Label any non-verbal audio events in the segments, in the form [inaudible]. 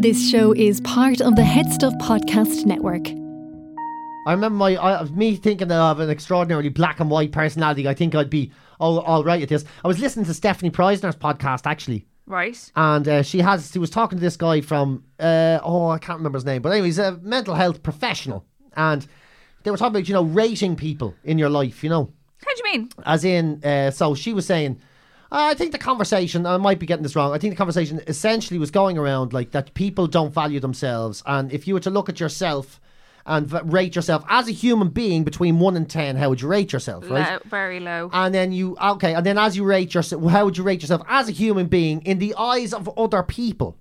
This show is part of the Head Stuff Podcast Network. I remember my I, me thinking that I have an extraordinarily black and white personality. I think I'd be all, all right at this. I was listening to Stephanie Preisner's podcast actually, Right. and uh, she has she was talking to this guy from uh, oh I can't remember his name, but anyway, he's a mental health professional, and they were talking about you know rating people in your life, you know How do you mean? as in uh, so she was saying "Ah, I think the conversation I might be getting this wrong I think the conversation essentially was going around like that people don't value themselves and if you were to look at yourself and v- rate yourself as a human being between 1 and 10 how would you rate yourself right Low, very low. and then you okay and then as you rate yourself how would you rate yourself as a human being in the eyes of other people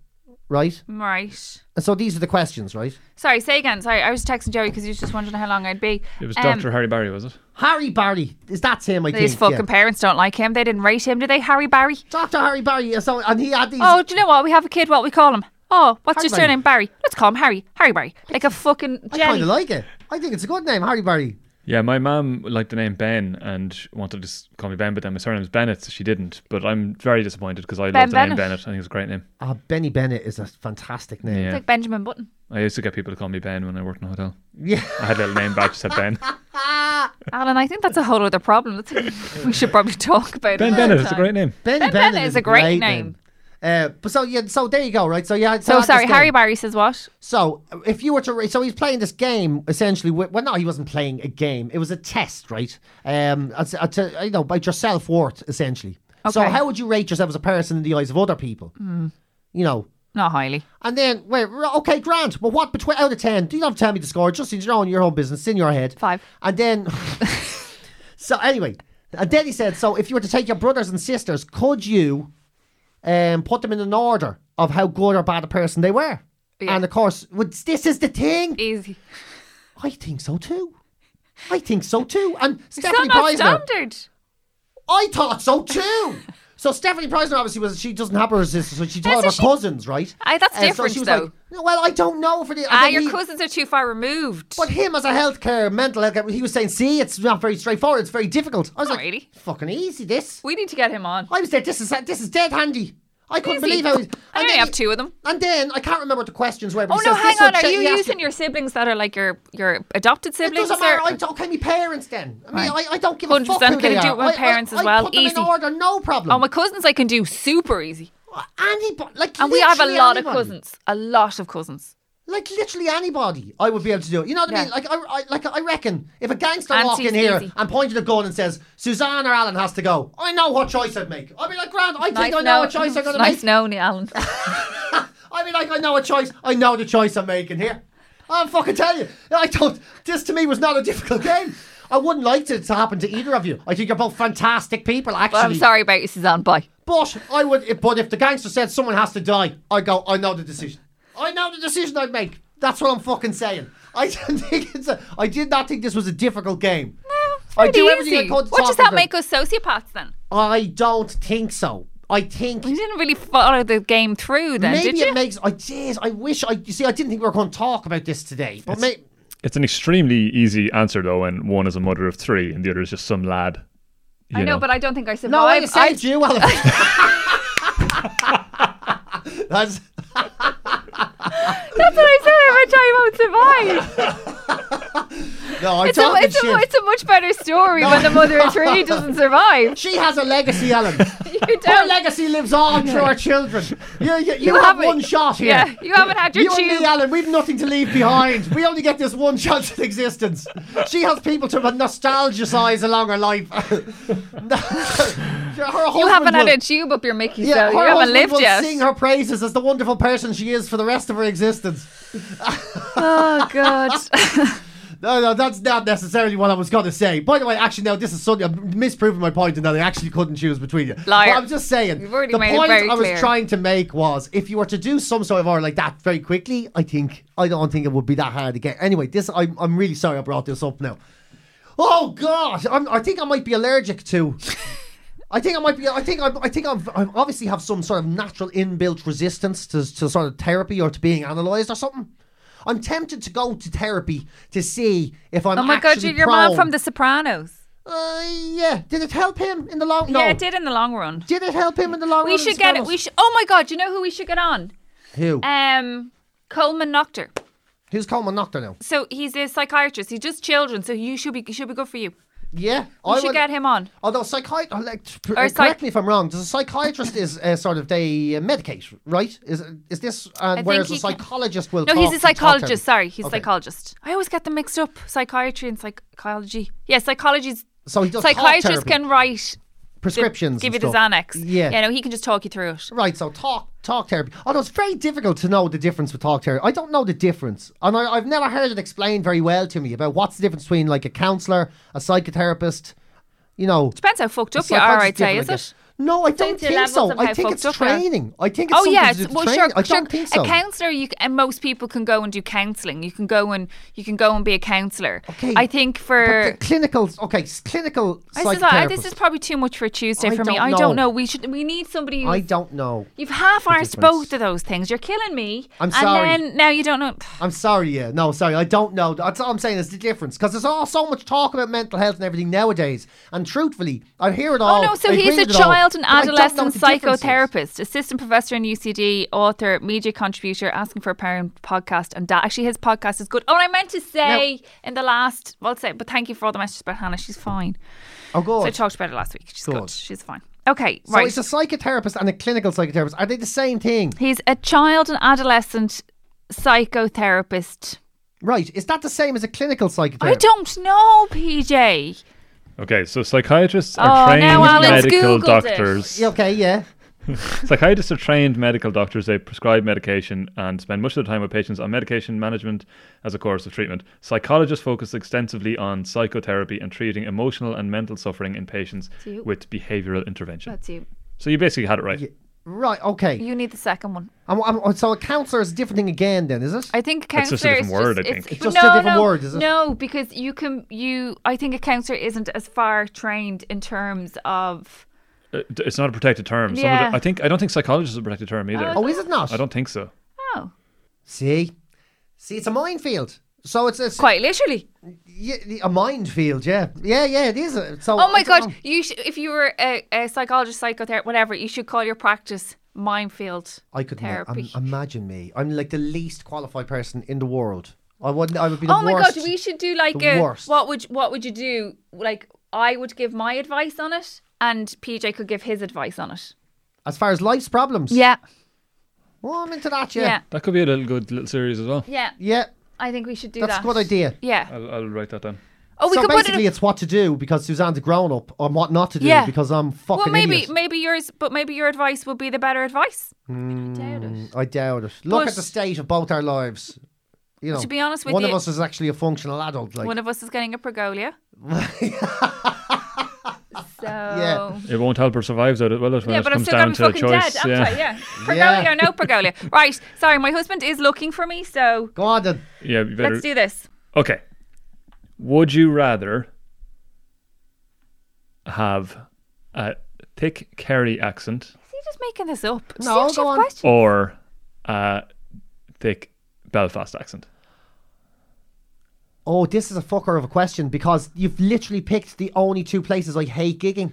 right right. and so these are the questions right Sorry, say again. Sorry, I was texting Joey because he was just wondering how long I'd be. It was Um, Dr. Harry Barry, was it? Harry Barry is that him I His think fucking yeah. parents don't like him. They didn't rate him, did they, Harry Barry? Dr Harry Barry yeah, so, and he had these Oh, do you know what? We have a kid. What we call him? Oh, what's Harry your surname? Barry. Let's call him Harry. Harry Barry. Like a fucking I kind jelly. of like it I think it's a good name Harry Barry Yeah, my mum liked the name Ben and she wanted to s- call me Ben, but then my surname's Bennett, so she didn't. But I'm very disappointed because I Ben love the name Bennett. Bennett. I think it's a great name. Ah, Benny Bennett is a fantastic name. Yeah. like Benjamin Button. I used to get people to call me Ben when I worked in a hotel. Yeah. I had a little name badge that said Ben. Alan, I think that's a whole other problem. That's, [laughs] we should probably talk about [laughs] Ben it. Bennett, it's a great name. Benny Ben Bennett, Bennett is a great name. Uh, but so yeah, so there you go, right? So yeah, So I had sorry, this Harry game. Barry says what? So if you were to, ra- so he's playing this game essentially. With, well, no, he wasn't playing a game. It was a test, right? Um, as- uh, to, you know, about your self worth essentially. So Okay. Hmm. how would you rate yourself as a person in the eyes of other people? You know, Not highly. and then wait, r- okay, Grant. But what between out of ten? Do you not tell me the score? Just in your own your own business, it's in your head. Five. And [laughs] then, so anyway, and then he said, so if you were to take your brothers and sisters, could you um, put them in an order of how good or bad a person they were? Yeah. And of course, would, this is the thing. Easy. I think so too. I think so too. And Still Stephanie not Preisner, standard. I thought so too. [laughs] So Stephanie Preisner obviously was she doesn't have her sisters, so she told so her she- cousins, right? Aye, that's Uh, so different, she was though. like, "No, well, I don't know for the and Ah, then your he- cousins are too far removed. But him as a healthcare mental health, he was saying, "See, it's not very straightforward. It's very difficult." I was Not like, really. "Fucking easy, this." we need to get him on. I was there. This is this is dead handy. I couldn't Easy. believe how. He's, I only have two of them. And then I can't remember what the questions were. But Oh he no, says, hang this one on. Are check- you he asked using your siblings that are like your your adopted It siblings? doesn't or- matter. I don't, okay, my parents then. I mean, Right. I, I don't give a fuck 100% who they gonna do it are. with I- I- parents as I well. put them Easy. in order, no problem. Oh, my cousins I can do super easy. anybody, like And we have a literally lot of anybody. cousins. A lot of cousins. Like literally anybody, I would be able to do it. You know what I Yeah. mean? Like I, I, like I reckon if a gangster Auntie's walked in here easy. and pointed a gun and says Suzanne or Alan has to go, I know what choice I'd make. I'd be like, Grant, I think I know what choice I'm gonna nice make. known, Alan. I'd be like, I know a choice. I know the choice I'm making here. I'll fucking tell you. I don't. This to me was not a difficult [laughs] game. I wouldn't like it to happen to either of you. I think you're both fantastic people, actually. But I'm sorry about you, Suzanne. Bye. But I would. But if the gangster said someone has to die, I go. I know the decision. I know the decision I'd make. That's what I'm fucking saying. [laughs] I don't think it's. A, I did not think this was a difficult game. I do Pretty everything I easy. could. to What solve does it, that but make us sociopaths then? I don't think so. I think You didn't really follow the game through then, maybe did you? it makes. I did. I wish. I you see. I didn't think we were going to talk about this today. But may, It's an extremely easy answer, though, and one is a mother of three and the other is just some lad. I know, but I don't think I survived. no, I I- saved you. [laughs] Well, [laughs] that's. That's what I said every time I won't [laughs] survive. No, I'm It's a, talking it's, shit. a, it's a much better story when the mother of [laughs] three doesn't survive. she has a legacy, Ellen. [laughs] You Her don't. legacy lives on through [laughs] our children. You, you, you, have haven't- one shot here. Yeah, you haven't had your You and tube. me, Alan, we've nothing to leave behind. We only get this one [laughs] chance at existence. She has people to nostalgicise along her life. [laughs] You haven't had a tube up your Mickey, yeah, so you her haven't husband lived will yet. [laughs] sing her praises as the wonderful person she is for the rest of her existence. Oh [laughs] God! No, no, that's not necessarily what I was going to say. By the way, actually, no, this is suddenly I'm misproving my point in that I actually couldn't choose between you. Liar. But I'm just saying, You've already the made it point very I was clear. trying to make was if you were to do some sort of order like that very quickly, I think I don't think it would be that hard to get. Anyway, this I'm I'm really sorry I brought this up now. Oh gosh, I'm, I think I might be allergic to. I think I might be. I think I, I think I've, I obviously have some sort of natural inbuilt resistance to, to sort of therapy or to being analysed or something. I'm tempted to go to therapy to see if I'm. Oh my God! actually You're your man prone- from The Sopranos. Uh, yeah. Did it help him in the long? No. Yeah, it did in the long run. Did it help him in the long? We run in should get Sopranos? it. We should. Oh my God! You know who we should get on? Who? Um, Coleman Nocter. Who's Coleman Nocter now? So he's a psychiatrist. He does children. So you should be he should be good for you. Yeah, You should get him on. Although psychiatrist, like, t- pr- Or uh, psych- correct me if I'm wrong. Does a psychiatrist is uh, sort of they uh, medicate, right? Is is this uh, think whereas a he can- psychologist will? No, talk he's a to talk to psychologist. him. Sorry, he's a Okay. psychologist. I always get them mixed up. Psychiatry and psychology. Yeah, psychology's So he does talk psychiatrists therapy, can write the- prescriptions, give and you the stuff. Xanax. Yeah. you know he can just talk you through it. Right, so talk talk therapy. Although it's very difficult to know the difference with talk therapy. I don't know the difference, and I, I've never heard it explained very well to me about what's the difference between like a counselor, a psychotherapist, you know. Depends how fucked up you are, psychologist I'd say, is different, I it? guess. No, I don't Depends your think so. levels of I how think fucked it's up you are. training. I think it's Oh something yeah, to do it's- with well training. sure, I sure. don't think so. A counsellor, you c- and most people can go and do counselling. You can go and you can go and be a counsellor. Okay, I think But for the clinical, okay, s- clinical this is, I- psychotherapist. this is probably too much for a Tuesday I for me. don't I don't know. know. We should we need somebody. Who's, I don't know. You've half arsed difference. both of those things. You're killing me. I'm and sorry. then now you don't know. I'm sorry, yeah. No, sorry, I don't know. That's all I'm saying is the difference. Because there's all so much talk about mental health and everything nowadays. And truthfully, I hear it all. Oh no, so I he's read a it all, child and but I don't know adolescent the differences. psychotherapist, assistant professor in UCD, author, media contributor, asking for a parent podcast, and dad. Actually, his podcast is good. Oh, I meant to say in the last, well, say, but thank you for all the messages about Hannah. She's fine. Oh, good. So I talked about it last week. She's good. Good. She's fine. Okay, So right. it's a psychotherapist and a clinical psychotherapist. Are they the same thing? He's a child and adolescent psychotherapist. Right. Is that the same as a clinical psychotherapist? I don't know, PJ. Okay, so psychiatrists Oh, are trained now Alan's medical Googled it. doctors. Yeah, Okay, yeah. Psychiatrists are trained medical doctors. They prescribe medication and spend much of their time with patients on medication management as a course of treatment. Psychologists focus extensively on psychotherapy and treating emotional and mental suffering in patients you. with behavioral intervention. That's you. so you basically had it right. Right, okay. You need the second one. I'm, I'm, so a counsellor is a different thing again, then, is it? I think a That's counselor is just a different word, I just- think. It's but just a no, different no, word, is it? No, because you can you. I think a counselor isn't as far trained in terms of. Uh, d- It's not a protected term. Some of Yeah. the- I think I don't think psychologist is a protected term either. oh, is it not? I don't think so. Oh, See? See, it's a minefield. So it's, it's quite literally. yeah, a minefield, yeah. Yeah, yeah, it is. a- So Oh I my don't god! know. You sh- if you were a, a psychologist, psychotherapist, whatever, you should call your practice minefield. I could ne- therapy. um, imagine me. I'm like the least qualified person in the world. I wouldn't. I would be the oh my worst. god! We should do like the a worst. what would what would you do? Like I would give my advice on it, and PJ could give his advice on it. As far as life's problems. Yeah, Oh, I'm into that. yeah, Yeah. That could be a little good little series as well. yeah. Yeah. I think we should do That's that. a good idea. Yeah. I'll, I'll write that down. Oh, we so could put it. basically, it's what to do because Suzanne's a grown up, and what not to do Yeah. because I'm a fucking well, maybe idiot. maybe yours, but maybe your advice would be the better advice. Hmm, I doubt it. I doubt it. Look But- at the state of both our lives. You know, to be honest with one of you- us is actually a functional adult. Like, One of us is getting a [laughs] pergolia. so Yeah. yeah, It won't help her survive though. Well, when it but I'm comes still gonna down be to fucking choice. dead, aren't I? yeah. [laughs] Yeah, pergolia or no pergolia. Right. Sorry, my husband is looking for me, so go on then. yeah, you better. let's do this. Okay. Would you rather have a thick Kerry accent Is he just making this up? Does he No, actually go have on. questions? or a thick Belfast accent? Oh, this is a fucker of a question because you've literally picked the only two places I hate gigging.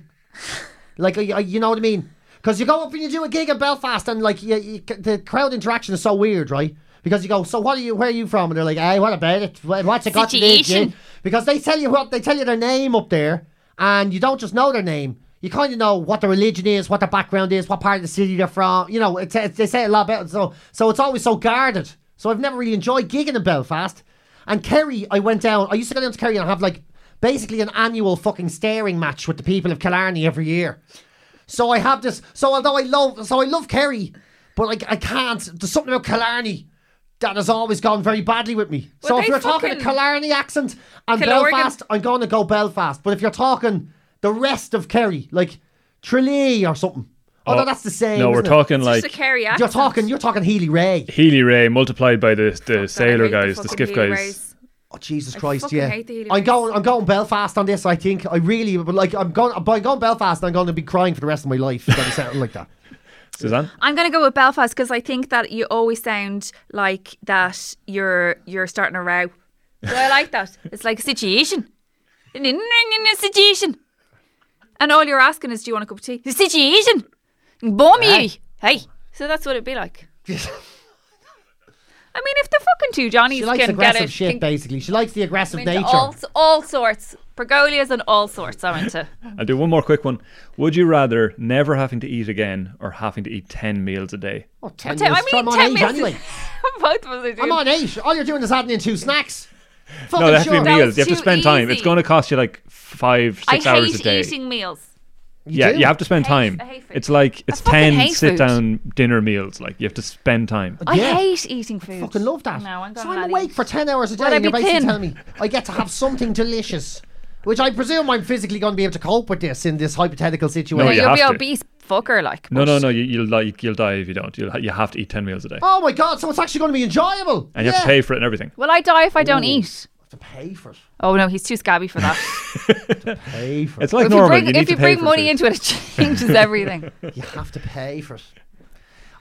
like, I, I, you know what I mean? Because you go up and you do a gig in Belfast, and like, you, you, the crowd interaction is so weird, right? Because you go, so what are you? Where are you from? And they're like, hey, what about it? What- What's it got to do? with you?" Situation. Because they tell you what they tell you their name up there, and you don't just know their name. You kind of know what their religion is, what their background is, what part of the city they're from. You know, it's, it's, they say a lot about it, so so it's always so guarded. So I've never really enjoyed gigging in Belfast. And Kerry, I went down. I used to go down to Kerry and have like basically an annual fucking staring match with the people of Killarney every year. So I have this. So although I love, so I love Kerry, but like I can't. There's something about Killarney that has always gone very badly with me. so Well, if they you're talking a fucking- Killarney accent and Kilorgan- Belfast, I'm going to go Belfast. But if you're talking the rest of Kerry, like Tralee or something, although that's the same. Oh, No, we're isn't it? talking Just a like Kerry accent. You're talking. You're talking Healy Ray. Healy Ray multiplied by the, the God, I sailor hate guys, the, fucking skiff Healy guys. Rays. Oh Jesus Christ! fucking Yeah, hate the Healy I'm Rays. going. I'm going Belfast on this. I think I really, but like, I'm going. By going Belfast, I'm going to be crying for the rest of my life. It's going to sound like that. Suzanne? I'm gonna go with Belfast because I think that you always sound like that you're you're starting a row. So I like that. It's like a situation. In in- in- in a situation. And all you're asking is, [laughs] do you want a cup of tea? The situation. Bommy. Hey. So that's what it'd be like. I mean, if the fucking two Johnnies She likes can get aggressive it, shit, can basically. She likes the aggressive into nature. all all sorts, pergolias and all sorts. I [laughs] went to. I'll do one more quick one. Would you rather never having to eat again or having to eat 10 meals a day? Oh, 10 Ten- I minutes. mean, I'm on ten eight minutes. anyway. Both of us are doing. I'm on eight. All you're doing is adding in two snacks. Fucking No, they have to sure. be That meals. was You have to too spend time. It's easy. going to cost you like five, I six hours a hate day. eating meals. yeah, do. you have to spend I hate- time. I hate food. it's like it's fucking ten hate sit food. down dinner meals. Like you have to spend time. I Yeah. hate eating food. fucking love that. No, I'm so gonna I'm not awake eat. for 10 hours a day Would I and you're be basically thin? telling me I get to have something delicious. Which I presume I'm physically going to be able to cope with this in this hypothetical situation. No, No, Oh, you you'll be have to. obese, fucker. Like No, but- no, no. You, you'll like you'll die if you don't. You'll, ha- you have to eat ten meals a day, Oh my god, so it's actually going to be enjoyable. and you yeah. have to pay for it and everything. Will I die if I don't eat? I have to pay for it. Oh no, he's too scabby for [laughs] that. Pay for it. It's like if you normal. bring, need if to you pay bring for money food. into [laughs] it, it changes everything. You have to pay for it.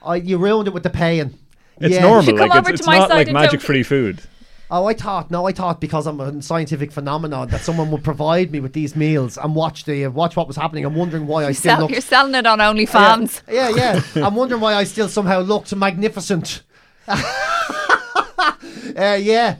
I, you ruined it with the paying. it's yeah. normal. should come like, over it's, to it's my not side like and magic don't- free food. Oh, I thought no, I thought because I'm a scientific phenomenon that someone would provide me with these meals and watch the watch what was happening. I'm wondering why I still Sell, looked. you're selling it on Oh, OnlyFans. [laughs] Yeah, yeah. yeah. I'm wondering why I still somehow looked magnificent. [laughs] uh, yeah.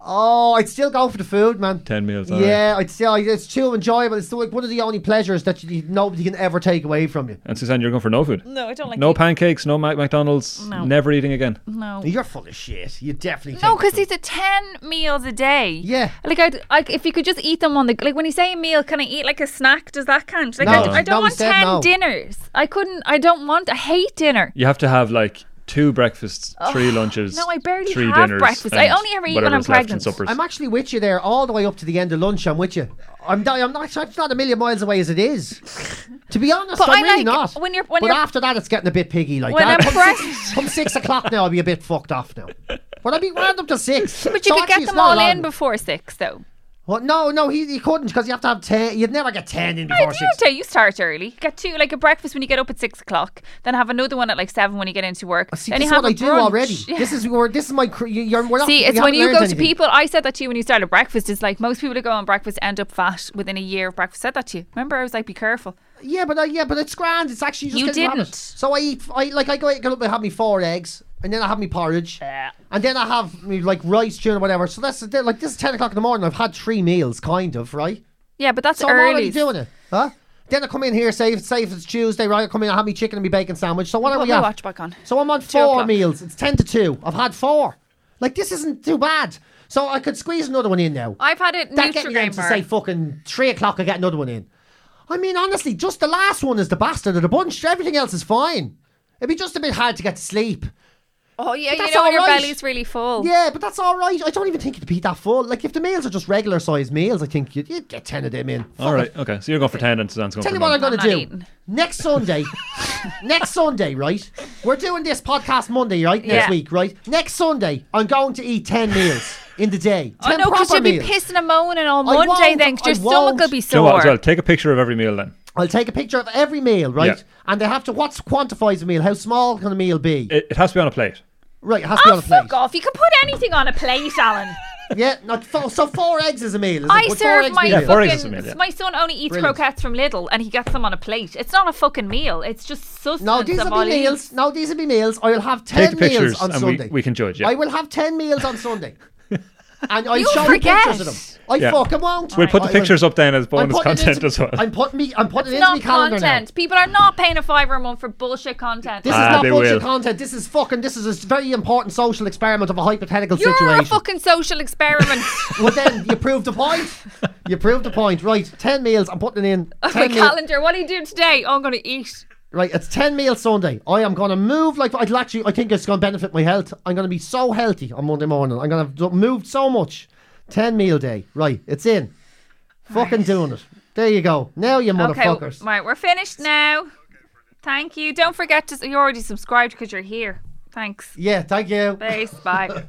Oh, I'd still go for the food, man. Ten meals. alright. Yeah, I'd still. It's too enjoyable. It's like one of the only pleasures that you, nobody can ever take away from you. And Suzanne, you're going for no food. No, I don't like No eating- pancakes. No Mac- McDonald's. No. Mm. Never eating again. No. You're full of shit. You definitely. take No, the because food. it's a ten meals a day. Yeah. Like I'd, I, if you could just eat them on the like when you say a meal, can I eat like a snack? Does that count? Like No. I, I don't No, we want said ten no. dinners. I couldn't. I don't want. I hate dinner. You have to have like two breakfasts, three lunches. no, I barely three have dinners, breakfast. I and only ever eat when whatever I'm is left in pregnant. suppers. I'm actually with you there all the way up to the end of lunch. I'm with you. I'm, di- I'm not. It's not a million miles away as it is. To be honest, But I'm I really like- not. when you're- when but you're- after that, it's getting a bit piggy. Like When that. I'm come, six, come six o'clock now, I'll be a bit fucked off now. But I'd be round up to six. [laughs] But So you could actually, get it's them not all long. in before six, though. Well, no, no, he, he couldn't because you have to have ten. You'd never get ten in I before do six. tell you start early. You Get two like a breakfast when you get up at six o'clock, then have another one at like seven when you get into work. Oh, See, then this you is have what I a do brunch. already. Yeah. This is we're this is my cr- you- you're, we're not, See, we it's haven't when you learned go anything. to people. I said that to you when you started breakfast. It's like most people who go on breakfast end up fat within a year of breakfast. I said that to you. Remember, I was like, be careful. Yeah, but I, yeah, but it's grand. It's actually just You getting habit. didn't. So I eat, I like I go I go up and have me four eggs, and then I have me porridge, and then I have me like rice, tuna, whatever. So that's the thing, like this is ten o'clock in the morning. I've had three meals, kind of, right? Yeah, but that's So I'm early. already doing it, huh? Then I come in here, say if, say if it's Tuesday, right? I come in, I have me chicken and me bacon sandwich. So what are we Put my at? watch back on. So I'm on four o'clock. meals. It's ten to two. I've had four. Like this isn't too bad. So I could squeeze another one in now. I've had it That getting them Nutrigrain to bar. say fucking three o'clock. I get another one in. I mean, honestly, just the last one is the bastard of the bunch. Everything else is fine. It'd be just a bit hard to get to sleep. oh yeah, you that's know when your alright. belly's really full. Yeah, but that's all right. I don't even think it'd be that full. Like if the meals are just regular sized meals, I think you'd, you'd get ten of them in. All right. Okay. So you're going for ten, and Suzanne's going Tell for you what I'm none. gonna I'm not do eating. next [laughs] Sunday. next Sunday, right? We're doing this podcast Monday, right? Next Yeah. week, right? Next Sunday, I'm going to eat ten meals in the day. I Ten know because proper Oh, you'll be meals. pissing and moaning all I Monday won't, then 'cause I your stomach will won't. be Do you know what? sore. Ah, As well, take a picture of every meal then. I'll take a picture of every meal, right? Yeah. And they have to what's quantifies a meal? How small can a meal be? It, it has to be on a plate. right, it has to be Oh, on a plate. fuck off. You can put anything on a plate, Alan. Yeah, not four, so four eggs is a meal. Is it? I Would four serve eggs my be a Yeah, meal? four eggs is a fucking. meal, yeah. My son only eats Brilliant. croquettes from Lidl, and he gets them on a plate. It's not a fucking meal. It's just sustenance. No, these of will all be eat. meals. No, these will be meals. I will have Take ten the pictures, meals on and Sunday. we, we can judge. I Yeah. will have ten meals on [laughs] Sunday, and I'll You'll show forget. you pictures of them. I Yeah. fucking won't. We'll put the I will. pictures up then as I'm bonus putting it content into- as well. I'm putting me. I'm putting it into Not my calendar content. now. People are not paying a fiver a month for bullshit content. This Ah, is not they bullshit will. content. This is fucking. This is a s- very important social experiment of a hypothetical You're situation. a fucking [laughs] social experiment. [laughs] Well, then you proved the point. You proved the point. Right, ten meals. I'm putting it in. My 10 meal- calendar. What are you doing today? Oh, I'm going to eat. Right, it's ten meals Sunday. I am gonna move like I'll actually. I think it's gonna benefit my health. I'm gonna be so healthy on Monday morning. I'm gonna have d- moved so much. Ten meal day. Right, it's in. Fucking doing it. There you go. Now you Okay, motherfuckers. right, we're finished now. Thank you. Don't forget to you already subscribed because you're here. Thanks. Yeah, thank you. Base. Bye.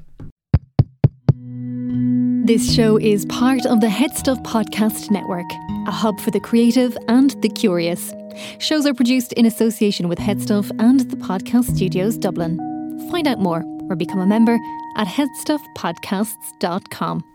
This show is part of the Head Stuff Podcast Network, a hub for the creative and the curious. Shows are produced in association with Head Stuff and the Podcast Studios Dublin. Find out more or become a member at headstuffpodcasts.com.